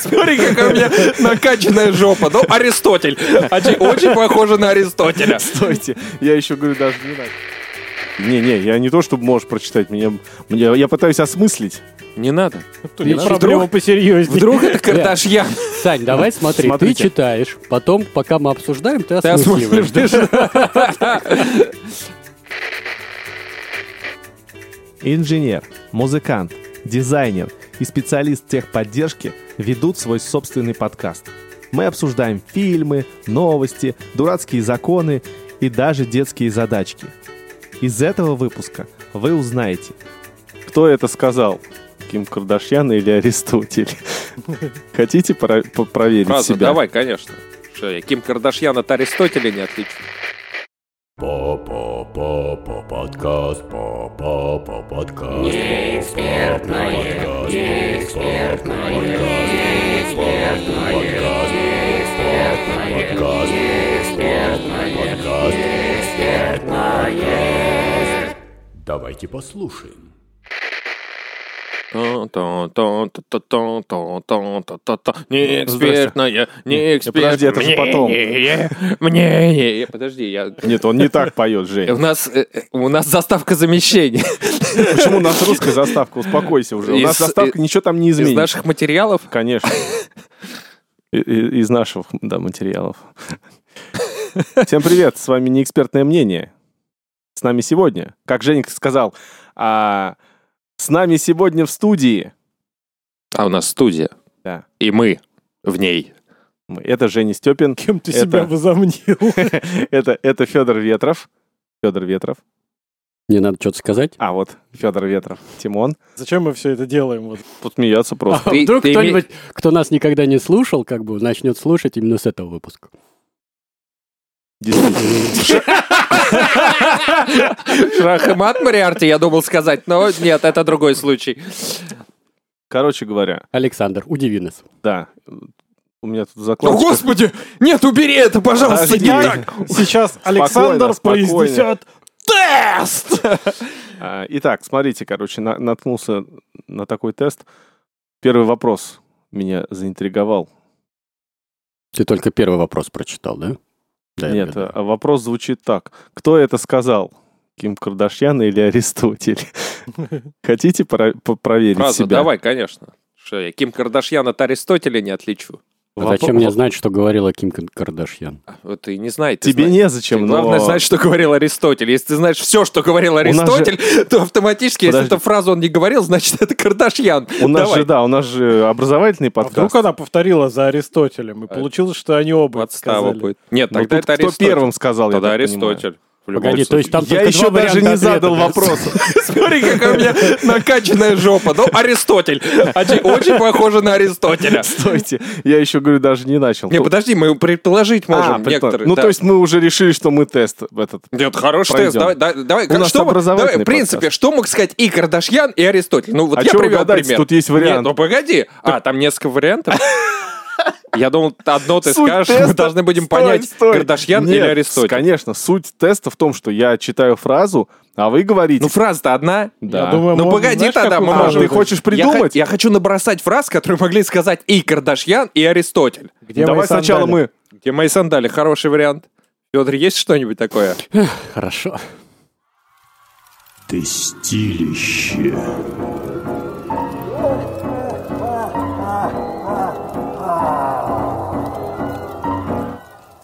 Смотри, какая у меня накачанная жопа. Ну, Аристотель. Очень, очень похоже на Аристотеля. Стойте, я еще говорю, даже не надо. Не-не, я не то, чтобы можешь прочитать, меня, мне- я пытаюсь осмыслить. Не надо. И надо. проблема посерьезнее. Вдруг это Кардашьян. Сань, давай смотри, ты Смотрите. читаешь, потом, пока мы обсуждаем, ты Ты осмысливаешь. осмысливаешь. Инженер, музыкант, дизайнер и специалист техподдержки ведут свой собственный подкаст. Мы обсуждаем фильмы, новости, дурацкие законы и даже детские задачки. Из этого выпуска вы узнаете, кто это сказал, Ким Кардашьян или Аристотель. Хотите пора- по- проверить Фраза, себя? давай, конечно. Что я Ким Кардашьян от Аристотеля не отличу. Папа, папа, подкаст, папа, папа, подкаст. Неэкспертное, неэкспертное, неэкспертное, подкаст, неэкспертное, подкаст, неэкспертное. Давайте послушаем. Неэкспертное, Подожди, неэкспертное. это же потом. Мне, подожди, я... Нет, он не так поет, У Жень. нас, э, э, у нас заставка замещений. Почему у нас русская заставка? Успокойся уже. У Из- нас заставка, и- ничего там не Из изменится. наших материалов Конечно. И- и- Из наших да, материалов. Всем привет, с вами «Неэкспертное мнение». С нами сегодня, как Женик сказал, а, с нами сегодня в студии. А у нас студия. Да. И мы в ней. мы- Это Женя Степин, Кем ты Это- себя возомнил? это, это Федор Ветров. Федор Ветров. Мне надо что-то сказать. А, вот Федор Ветров. Тимон. Зачем мы все это делаем? Вот. Посмеяться просто. А Ты- Вдруг ты име- кто-нибудь, кто нас никогда не слушал, как бы начнет слушать именно с этого выпуска. Действительно. Шах и мат Мариарти, я думал сказать, но нет, это другой случай. Короче говоря, Александр, удиви нас. да. У меня тут О, закладочка. господи! Нет, убери это, пожалуйста, не Подожди. так! Сейчас Александр спокойно. произнесет Тест! А, Итак, смотрите, короче, на- наткнулся на такой тест. Первый вопрос меня заинтриговал. Ты только первый вопрос прочитал, да? Да, я Нет, догадываюсь. а вопрос звучит так. Кто это сказал? Ким Кардашьян или Аристотель? Хотите пора- по- проверить Фраза, себя? давай, конечно. Что я Ким Кардашьян от Аристотеля не отличу. А Вопрос- Зачем мне знать, что говорила Ким Кан- Кардашьян? А, Вот ты не знаешь. ты Тебе знаешь. незачем, Ты, но... Главное знать, что говорил Аристотель. Если ты знаешь все, что говорил нас же- Аристотель, то автоматически, если Подожди. эту фразу он не говорил, значит, это Кардашьян. У нас Давай. же, да, у нас же образовательный А подкаст. вдруг она повторила за Аристотелем, и получилось, что они оба это Подстава сказали. будет. Нет, Ну, тогда тут это кто Аристотель. первым сказал, я Тогда так понимаю. Аристотель. В любом Погоди, то есть случае. там Я только два еще даже варианта не задал ответа. вопроса. Смотри, какая у меня накачанная жопа. Ну, Аристотель. Очень, очень похоже на Аристотеля. Стойте, я еще, говорю, даже не начал. Не, подожди, мы предположить можем А, предполаг- некоторые. Ну, да. то есть мы уже решили, что мы тест этот Нет, хороший Пройдем. тест. Давай, да- давай, У нас что мог- образовательный давай, в принципе, подкаст. что мог сказать и Кардашьян, и Аристотель? Ну, вот А я чё привел угадать? пример. Тут есть Нет, вариант. ну погоди. А, там несколько вариантов. Я думал, одно ты Суть скажешь, мы теста- должны будем Стой, понять, стой. Кардашьян Нет, или с- Аристотель. Конечно, суть теста в том, что я читаю фразу, а вы говорите. Ну, фраза-то одна. да. Я думаю, Ну, мы- погоди знаешь, тогда, какую мы а, можем- фразу ты выбрать? Я хочешь хо- придумать? Я, хочу набросать фраз, которые могли сказать и Кардашьян, и Аристотель. Где Давай мои сандали? сначала мы. Где мои сандали? Хороший вариант. Федор, есть что-нибудь такое? Хорошо. Тестилище.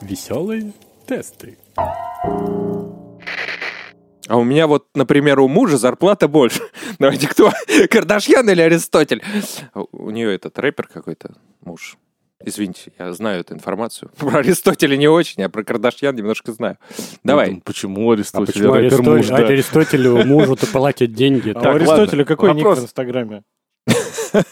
Веселые тесты. А у меня вот, например, у мужа зарплата больше. Давайте кто? Кардашьян или Аристотель? У нее этот рэпер какой-то, муж. Извините, я знаю эту информацию. Про Аристотеля не очень, а про Кардашьян немножко знаю. Давай. Ну, Почему Аристотель? А почему рэпер Аристо- муж, да. Аристотелю мужу-то платят деньги? А Так, у Так, ладно. Аристотеля какой Вопрос. ник в Инстаграме?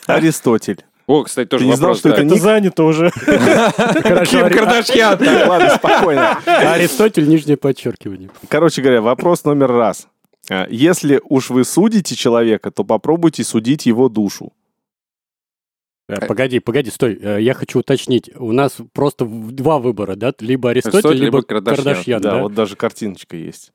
Аристотель. О, кстати, тоже Ты не знал, вопрос. что это да. Это ник? занято уже. Ким Кардашьян. Так, ладно, спокойно. Аристотель, нижнее подчеркивание. Короче говоря, вопрос номер раз. А, Если уж вы судите человека, то попробуйте судить его душу. Э, Погоди, погоди, стой. Э, Я хочу уточнить. У нас просто в- два выбора, да? Либо Аристотель, Аристотель, либо либо Кардашьян. Кардашьян, Да, да? вот даже картиночка есть.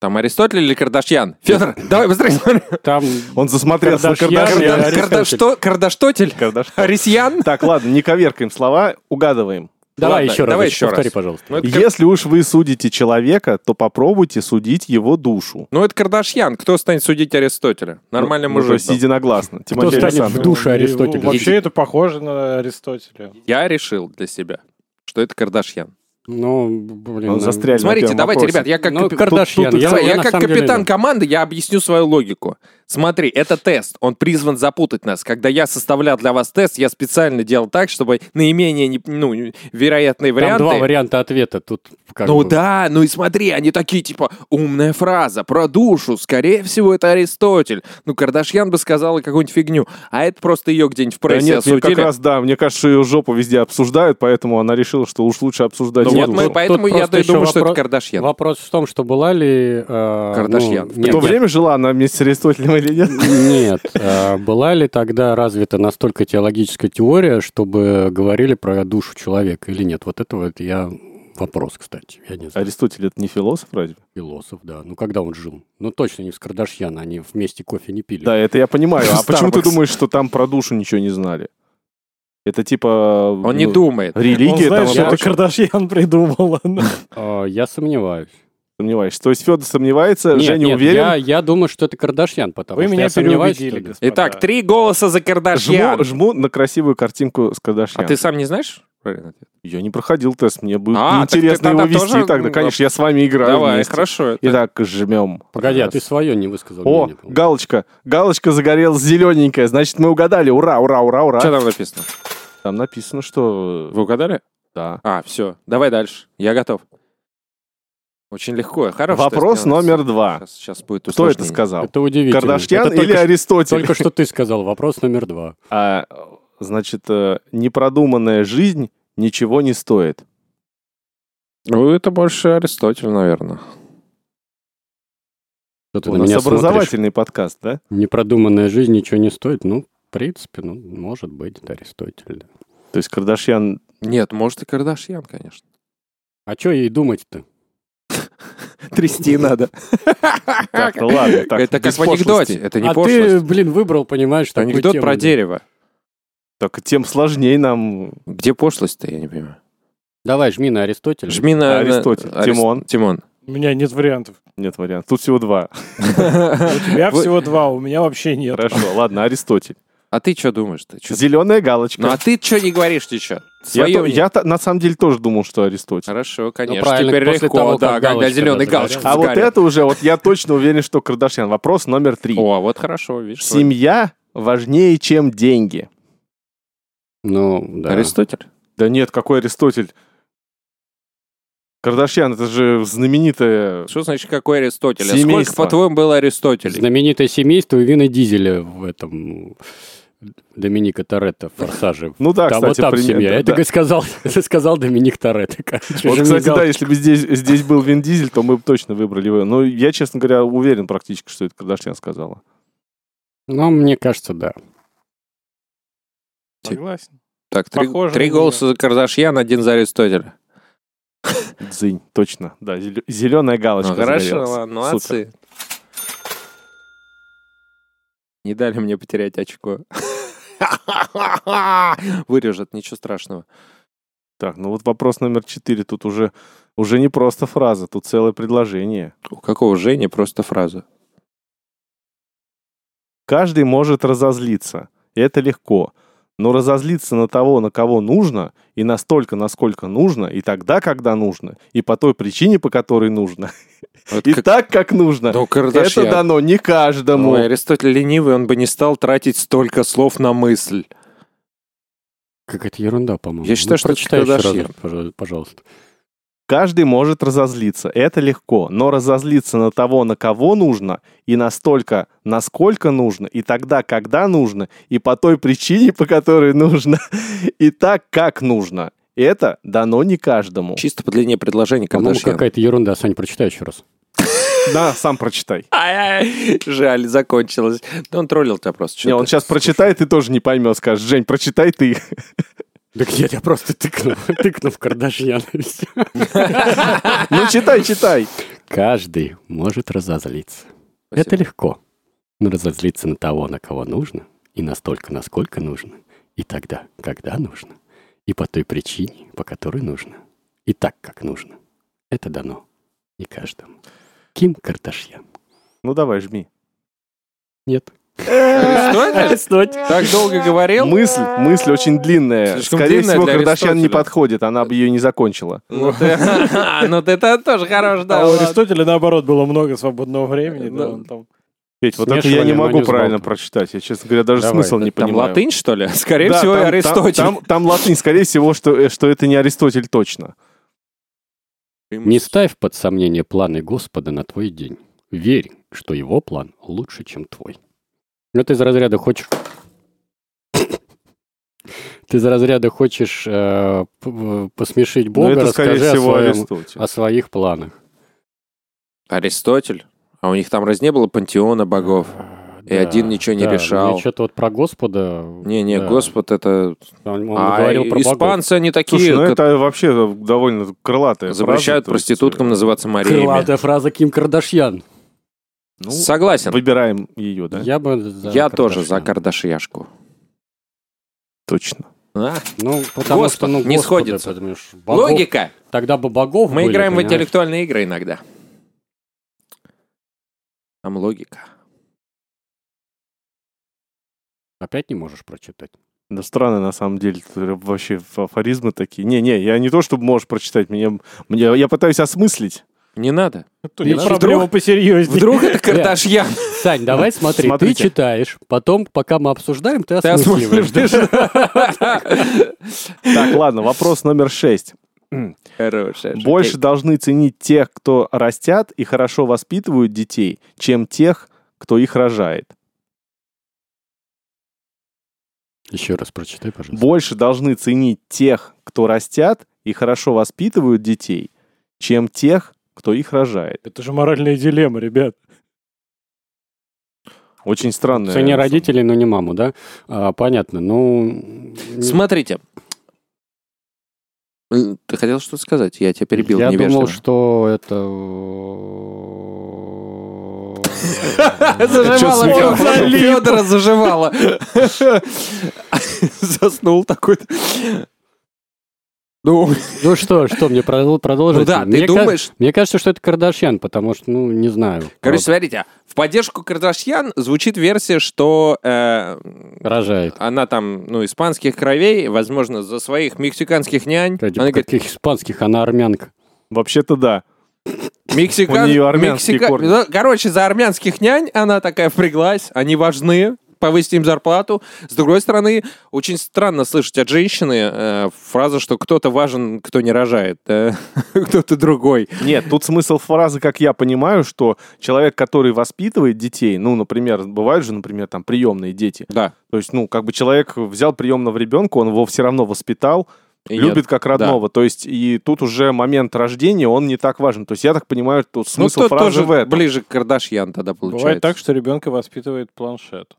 Там Аристотель или Кардашьян? Федор, давай быстрее. смотри. Там Он засмотрелся на Кардашьян Кардашьян. и Карда- Аристотель. Кардашто- Кардаштотель? Кардаш- Арисьян? Так, ладно, не коверкаем слова, угадываем. давай Ладно, еще раз. давай еще еще раз. повтори, пожалуйста. Ну, это Кар- Если уж вы судите человека, то попробуйте судить его душу. Ну, это Кардашьян. Кто станет судить Аристотеля? Нормальный Ну, уже мужик. был. Сидя на гласно. Кто Тимофей станет в Александров. душе Аристотеля? Вообще это похоже на Аристотеля. Я решил для себя, что это Кардашьян. Ну, блин. Ну, ну, застряли на Смотрите, первом давайте, вопросе. ребят, я как ну, капи- Кардашьян. Тут, смотри, я, на как самом деле- капитан команды, я объясню свою логику. Смотри, это тест, он призван запутать нас. Когда я составлял для вас тест, я специально делал так, чтобы наименее не- ну, вероятные Там варианты... два варианта ответа. Тут как ну бы- да, ну и смотри, они такие, типа, умная фраза про душу, скорее всего, это Аристотель. Ну, Кардашьян бы сказала какую-нибудь фигню, а это просто ее где-нибудь в Да прессе нет, мне осудили. как раз, да, мне кажется, ее жопу везде обсуждают, поэтому она решила, что уж лучше обсуждать Ну её вот душу. мы- поэтому я просто и еще думаю, что это вопрос- Кардашьян. Вопрос в том, что была ли... э, ну, Кардашьян. В нет, то нет. время жила она вместе с Аристотелем или нет? Нет, э, была ли тогда развита настолько теологическая теория, чтобы говорили про душу человека или нет? Вот это вот я вопрос, кстати. Я не знаю, Аристотель это не философ, разве? философ, да. Ну, когда он жил? Ну, точно не с Кардашьяна, они вместе кофе не пили. Да, это я понимаю. А Starbucks. почему ты думаешь, что там про душу ничего не знали? Это типа... Он не ну, думает. Он Религия там... знает, что она это очень- Кардашьян придумал. Ну, Э, я сомневаюсь. Сомневаешься. То есть Федор сомневается, Нет, Женя нет, уверен. я, я думаю, что это Кардашьян, потому Вы что меня я сомневаюсь, что переубедили, ли. господа. Итак, три голоса за Кардашьян. Жму, жму на красивую картинку с А Кардашьян. ты сам не знаешь? правильный ответ? Я не проходил тест, мне было А, так ты интересно его тогда вести тоже- ну, тогда. Конечно, я с вами играю Давай, вместе. хорошо. Итак, жмем. Погоди, а ты свое не высказал. О, мнение, по-моему. галочка. Галочка загорелась зелененькая. Значит, мы угадали. Ура, ура, ура, ура. Что там написано? Там написано, что... Вы угадали? Да. А, все. Давай дальше. Я готов. Очень легко. Хорошо. Вопрос номер два. Сейчас, сейчас будет Кто это усложнение. сказал? Это удивительно. Кардашьян Это или только, Аристотель? только что ты сказал вопрос номер два. А, значит, э, непродуманная жизнь ничего не стоит. Ну, это больше Аристотель, наверное. Что ты У на нас меня смотришь? образовательный подкаст, да? Непродуманная жизнь ничего не стоит. Ну, в принципе, ну, может быть, это Аристотель. да. То есть Кардашьян... Нет, может и Кардашьян, конечно. А что ей думать-то? Трясти надо. Так, ну ладно, так, это как без в анекдоте. пошлости. Это не а пошлость. ты, блин, выбрал, понимаешь, такую Анекдот тему. про дерево. Так тем сложнее нам... Где пошлость-то, я не понимаю. Давай, жми на Аристотеля. Жми на... Аристотель. на- Арис- Тимон. Тимон. У меня нет вариантов. Нет вариантов. Тут всего два. У тебя Вы- всего два, у меня вообще нет. Хорошо, ладно, Аристотель. А ты что думаешь-то? Чё- Зеленая галочка. Ну, а ты что не говоришь, ты что? Я, то- Свое мнение. я Ну, то- на самом деле тоже думал, что Аристотель. Хорошо, конечно. правильно, Теперь после легко, того, как да, когда галочка зеленый разгорелась. галочка А вот сгорела. это уже, вот я точно уверен, что Кардашьян. Вопрос номер три. О, вот хорошо, видишь. Семья важнее, чем деньги. Ну, да. Аристотель? Да нет, какой Аристотель? Кардашьян, это же знаменитая... Что значит, какой Аристотель? А сколько, Семейство. по-твоему, было Аристотелей? Знаменитое семейство и Вина Дизеля в этом... Доминика Торетто, Форсаже. Ну да, там кстати, вот там пример, семья. да, это да. сказал, это сказал Доминик Торетто. короче, Вот, жми кстати, да, галочку. если бы здесь, здесь был Вин Дизель, то мы бы точно выбрали его. Но я, честно говоря, уверен практически, что это Кардашьян сказала. Ну, мне кажется, да. Согласен. Так, три, Похоже три на голоса за Кардашьян, один за Аристотеля. Дзынь, точно. Да, зеленая галочка Ну, хорошо, загорелась. ладно, Супер. молодцы. Не дали мне потерять очко. Вырежет, ничего страшного. Так, ну вот вопрос номер четыре. Тут уже, уже не просто фраза, тут целое предложение. У какого Жени просто фраза? Каждый может разозлиться. И это легко. Но разозлиться на того, на кого нужно, и настолько, насколько нужно, и тогда, когда нужно, и по той причине, по которой нужно, Вот и как- так, как нужно, Ну, это Кардашьян. дано не каждому. Ой, Аристотель ленивый, он бы не стал тратить столько слов на мысль. Какая-то ерунда, по-моему. Я считаю, Ну, что это прочитай еще раз, Кардашьян. пожа- пожалуйста. Каждый может разозлиться, это легко, но разозлиться на того, на кого нужно, и настолько, насколько нужно, и тогда, когда нужно, и по той причине, по которой нужно, и так, как нужно, это дано не каждому. Чисто по длине предложения По-моему, Кардашьян. какая-то ерунда. Сань, прочитай еще раз. Да, сам прочитай. Ай-ай, Жаль, закончилось. Да он троллил тебя просто. Не, чё он ты? сейчас прочитает и тоже не поймет, скажет, Жень, прочитай ты. Да где я просто тыкнул, тыкнул в Кардашьяна. Ну, читай, читай. Каждый может разозлиться. Это легко. Но Ну, разозлиться на того, на кого нужно, и настолько, насколько нужно, и тогда, когда нужно, и по той причине, по которой нужно, и так, как нужно. Это дано не каждому. Ким Кардашьян. Ну давай, жми. Нет. Аристотель? Так долго говорил? Мысль, мысль очень длинная. Слишком Скорее длинная всего, для Кардашьян не Аристотеля. подходит, она бы ее не закончила. Ну ты- ну ты там тоже хорош, Да, да. А у ладно. Аристотеля, наоборот, было много свободного времени. да, Ну, он там- Петь, вот это я Смешивали не могу маню с правильно болтом. прочитать. Я, честно говоря, даже Давай. смысл не Там понимаю. латынь, что ли? Скорее Да, всего, и там- Там, Аристотель. там- там латынь, скорее всего, что, э, что это не Аристотель точно. Не ставь под сомнение планы Господа на твой день. Верь, что его план лучше, чем твой. Ну, ты из разряда хочешь... Ты из разряда хочешь э, п- э, посмешить Но Бога, Ну, это, расскажи скорее о, А всего, своем- Аристотель. о своих планах. Аристотель? А у них там раз не было пантеона богов? И один ничего не решал. что-то вот про Господа... Не-не, да, Господь это... Он, он А говорил про богов. испанцы, они такие, Слушай, ну как это вообще довольно крылатая фраза, запрещают то есть, проституткам э, называться Мариями. Крылатая фраза Ким Кардашьян. ну, Согласен. Выбираем ее, да? Я бы за Я тоже за Кардашьян. Кардашьяшку. Точно. А? Ну, потому Господа, что, ну, не Господа, сходится. потому что богов- А, Логика. Тогда бы богов Мы были, играем в понимаешь? интеллектуальные игры иногда. Там логика. Опять не можешь прочитать. Да странно, на самом деле, т- вообще ф- афоризмы такие. Не-не, я не то, чтобы можешь прочитать, меня, мне, я пытаюсь осмыслить. Не надо. У него надо. проблема посерьезнее. Вдруг это Кардашьян? Сань, давай смотри, ты Смотрите. читаешь, потом, пока мы обсуждаем, ты Ты осмысливаешь. Так, ладно, вопрос номер шесть. Э, Хорошая шутка. Больше должны ценить тех, кто растят и хорошо воспитывают детей, чем тех, кто их рожает. Еще раз прочитай, пожалуйста. Больше должны ценить тех, кто растят и хорошо воспитывают детей, чем тех, кто их рожает. Это же моральная дилемма, ребят. Очень странно. Цене родителей, но не маму, да? А, понятно, ну... Смотрите. Э, Ты хотел что-то сказать? Я тебя перебил Я невежливо. думал, что это... Заживала Чё, Фёдора, Фёдор? Фёдора заживала. Заснул такой. Ну, Ну что, что, мне продол- продолжить? Ну да, ты Мне ка- думаешь- Мне кажется, что это Кардашьян, потому что, ну, не знаю. короче, смотрите, в поддержку Кардашьян звучит версия, что э, Рожает. она там, ну, испанских кровей, возможно, за своих мексиканских нянь. Ради Она говорит, каких испанских, она армянка. Вообще-то да. мексикан... У неё армянские мексика- корни. Ну, Короче, за армянских нянь она такая впряглась, они важны, повысить им зарплату. С другой стороны, очень странно слышать от женщины э, фразу, что кто-то важен, кто не рожает, э, кто-то другой. Нет, тут смысл фразы, как я понимаю, что человек, который воспитывает детей, ну, например, бывают же, например, там приемные дети. Да. То есть, ну, как бы человек взял приемного ребенка, он его все равно воспитал, И любит нет. как родного. То есть, и тут уже момент рождения, он не так важен. То есть, я так понимаю, тут Ну, смысл то фразы тоже в этом. ближе к Кардашьян тогда получается. Бывает так, что ребенка воспитывает планшет.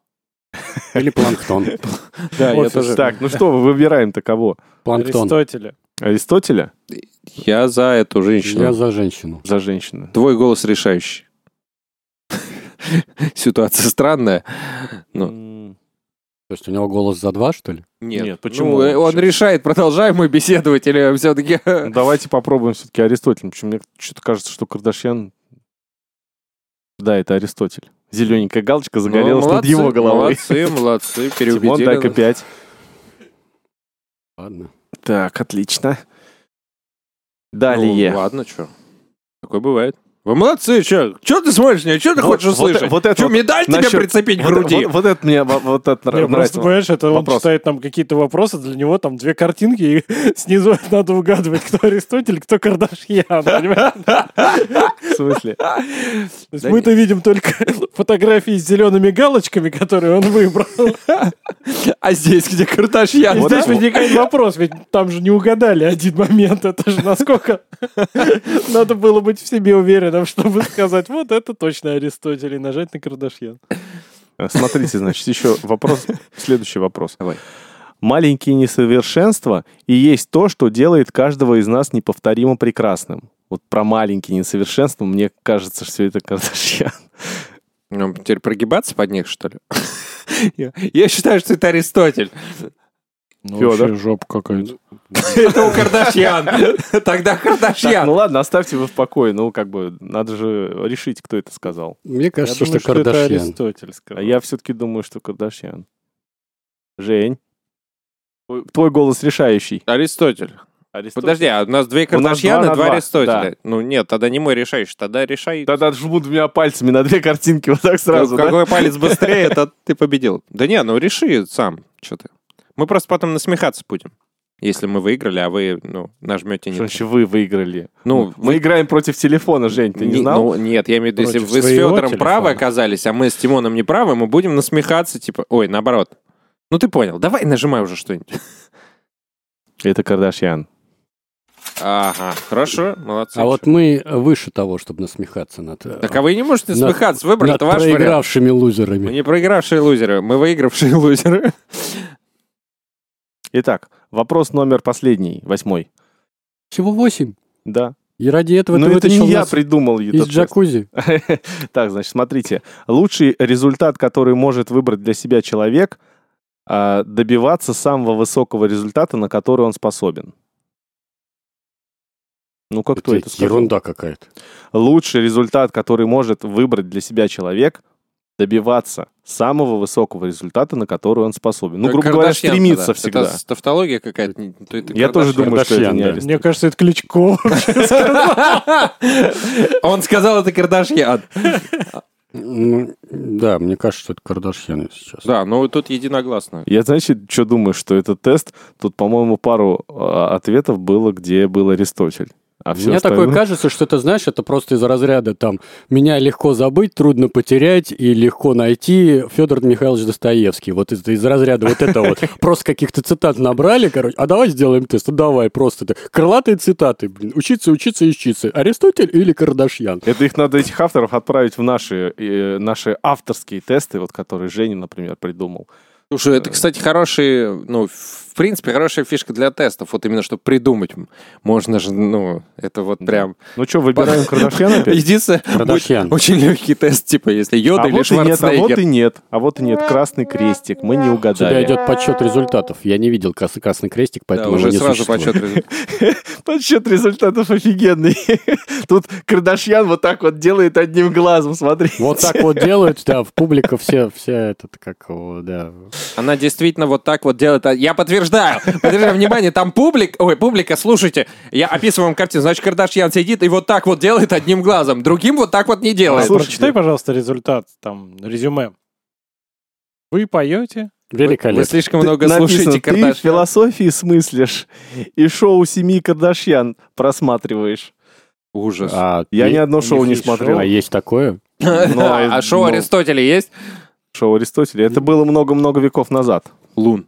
Или планктон. Да, я Офис. тоже. Так, ну что, вы выбираем-то кого? Планктон. Аристотеля. Аристотеля Я за эту женщину. Я за женщину. за женщину? Твой голос решающий. Ситуация странная. Ну, М, То есть у него голос за два, что ли? нет. Нет, почему Ну, э, он вообще? решает, продолжаем мы беседовать или все-таки... ну, Давайте попробуем все-таки Аристотелем. Почему мне что-то кажется, что Кардашьян... Да, это Аристотель. Зелененькая галочка загорелась над его головой. Молодцы, молодцы, Тимон, переубедили. дай-ка пять. Ладно. Так, отлично. Ну, Далее. ладно, что. Такое бывает. Вы молодцы, что? Че ты смотришь на меня? Че ты Вот- хочешь услышать? Вот, вот это Чё, вот- медаль тебе насчет- прицепить к вот- груди? Вот, вот это мне во- вот это Не, нравится. просто, понимаешь, это Вопрос. он читает там какие-то вопросы, для него там две картинки, и снизу надо угадывать, кто Аристотель, кто Кардашьян, понимаешь? В смысле? То есть мы-то видим только фотографии с зелеными галочками, которые он выбрал. А здесь, где Кардашьян? И А, Вот здесь это- возникает вопрос, ведь там же не угадали один момент, это же насколько надо было быть в себе уверенным, чтобы сказать, вот это точно Аристотель, и нажать на Кардашьян. Э, Смотрите, значит, еще вопрос. Следующий вопрос. Давай. Маленькие несовершенства и есть то, что делает каждого из нас неповторимо прекрасным. Вот про маленькие несовершенства, мне кажется, что это Кардашьян. Ну, теперь прогибаться под них, что ли? Я- Я считаю, что это Аристотель. Ну, Фёдор. вообще жопа какая-то. Это у Кардашьян. Тогда Так, Кардашьян. ну ладно, оставьте его в покое. Ну, как бы, надо же решить, кто это сказал. Мне Я кажется, что думаю, что это Кардашьян. Аристотель А сказал. я все-таки думаю, что Кардашьян. Жень, твой- твой голос решающий. Аристотель. Аристотель. Подожди, а у нас две ну, два Кардашьяна, на два два, Аристотеля. Ну нет, тогда не мой решающий, тогда решай. Тогда жмут меня пальцами на две картинки вот так сразу, да? Какой палец быстрее, это ты победил. Да не, ну реши сам, что ты. Мы просто потом насмехаться будем. Если мы выиграли, а вы, ну, нажмете Что не. значит вы выиграли? Ну, Мы играем против телефона, Жень, ты не Не- знал? ну, нет, я имею в виду, если Против вы с своего Федором телефона. правы оказались, а мы с Тимоном не правы, мы будем насмехаться, типа, ой, наоборот. Ну ты понял, давай нажимай уже что-нибудь. Это Кардашьян. Ага, хорошо, молодцы. А вот мы выше того, чтобы насмехаться над, э, Так а вы не можете Над- насмехаться, выбрали над это ваш вариант. проигравшими Мы лузерами. не проигравшие лузеры, мы выигравшие лузеры. Итак, вопрос номер последний, восьмой. Всего восемь. Да. И ради этого Но ты Ну, это вытащил не я нас придумал из этот тест. джакузи. Так, значит, смотрите. Лучший результат, который может выбрать для себя человек, а, добиваться самого высокого результата, на который он способен. Ну, как кто это сказал? ерунда какая-то. Лучший результат, который может выбрать для себя человек, добиваться самого высокого результата, на который он способен. Ну, грубо говоря, Кардашьян стремиться тогда. всегда. Это с- тавтология какая-то. не- то это Я тоже Кардашьян. думаю, что это Кардашьян, не да. Арист. Мне кажется, это Кличко. Он сказал, это Кардашьян. Ну, да, мне кажется, что это Кардашьян сейчас. Да, ну тут единогласно. Я, значит, что думаю, что это тест. Тут, по-моему, пару а, ответов было, где был Аристотель. А все Мне такое остальное- кажется, что это, знаешь, это просто из разряда там «меня легко забыть, трудно потерять и легко найти Федор Михайлович Достоевский». Вот из, из разряда вот это вот. Просто каких-то цитат набрали, короче. А давай сделаем тест. А давай просто. ты. Крылатые цитаты. Блин. Учиться, учиться, ищиться. Аристотель или Кардашьян? Это их надо, этих авторов, отправить в наши, э, наши авторские тесты, вот которые Женя, например, придумал. Слушай, это, кстати, хороший, ну, в принципе, хорошая фишка для тестов. Вот именно, чтобы придумать. Можно же, ну, это вот прям... Ну что, выбираем Кардашьян опять? Единственное, Кардашьян. будет очень легкий тест, типа, если йода А или вот и нет, а вот Шварценеггер. и нет, а вот и нет. Красный крестик, мы не У тебя угадали. идет подсчет результатов. Я не видел крас- красный крестик, Да, поэтому уже его не сразу существует. подсчет. результатов. Подсчет результатов офигенный. Тут Кардашьян вот так вот делает одним глазом, смотри. Вот так вот делают, да, в публика все, вся этот, как его, да. Она действительно вот так вот делает. А Я подтверждаю. Подтверждаю, внимание, там публик... Ой, публика, слушайте. Я описываю вам картину. Значит, Кардашьян сидит и вот так вот делает одним глазом. Другим вот так вот не делает. Слушай, Прочитай, пожалуйста, результат, там, резюме. Вы поете? Вы Великолепно. слишком Ты- много написано, слушаете Ты в Кардашьян. философии смыслишь и шоу семьи Кардашьян просматриваешь. Ужас. А Я е- ни одно шоу не есть смотрел. А есть такое? Ну, а- А шоу ну, Аристотеля есть? Шоу Аристотеля. Это было много-много веков назад. Лун.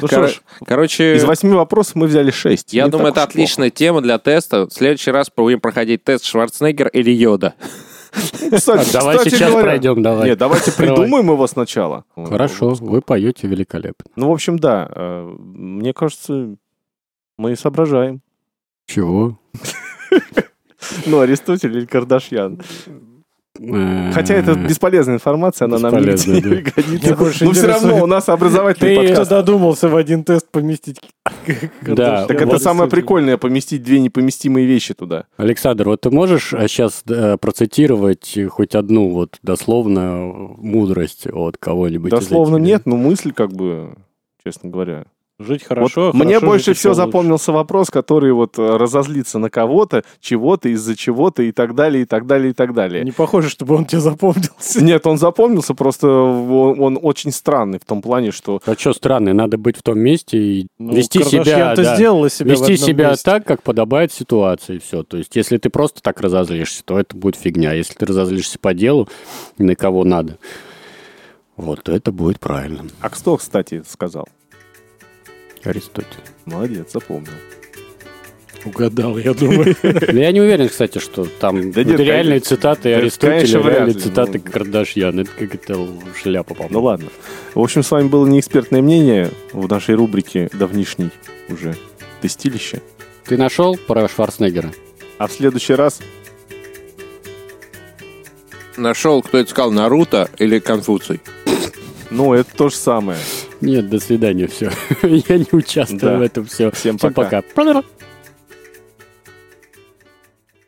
Ну что Кор- ж, Короче, из восьми вопросов мы взяли шесть. э, я Не думаю, так это уж плохо. отличная тема для теста. В следующий раз будем проходить тест Шварценеггер или Йода. А, Кстати, давай кстати сейчас говоря- пройдем, давай. Нет, ну, давайте Давай. придумаем его сначала. Хорошо, вы поете великолепно. Ну, в общем, да. э, Мне кажется, мы соображаем. Чего? Ну, Аристотель или Кардашьян. Э, Хотя это М-м-м. бесполезная информация, она нам Бесполезная, нигде не да. пригодится. Меня больше Но все интересует- равно у нас образовательный Ты подкаст. додумался в один тест поместить. Да. Так это Вот, самое прикольное, поместить две непоместимые вещи туда. Александр, вот ты можешь сейчас процитировать хоть одну вот дословно мудрость от кого-нибудь? из Дословно этих? нет, но мысль как бы, честно говоря. Жить Вот хорошо. мне хорошо больше жить всего еще лучше. запомнился вопрос, который вот э, разозлиться на кого-то, чего-то, из-за чего-то и так далее, и так далее, и так далее. Не похоже, чтобы он тебе запомнился. Нет, он запомнился, просто он, он очень странный в том плане, что А что странное, надо быть в том месте и Ну, вести себя, Кардашьян-то да, сделала себя в вести одном себя месте. так, как подобает ситуации, все. То есть, если ты просто так разозлишься, то это будет фигня. А Если ты разозлишься по делу, на кого надо, вот то это будет правильно. А кто, кстати, сказал? Аристотель. Молодец, запомнил. Угадал, я думаю. Ну, Я не уверен, кстати, что там Да вот нет, реальные конечно. цитаты Это, Аристотеля, конечно, вряд реальные ли, цитаты ну. Кардашьян. Это какая-то шляпа, Ну по-моему. ладно. В общем, с вами было неэкспертное мнение в нашей рубрике давнишней уже тестилище. Ты нашел про Шварценеггера? А в следующий раз Нашел, кто искал Наруто или Конфуций. Ну, это то же самое. Нет, до свидания, все. Я не участвую Да. в этом все. Всем Всем пока. пока.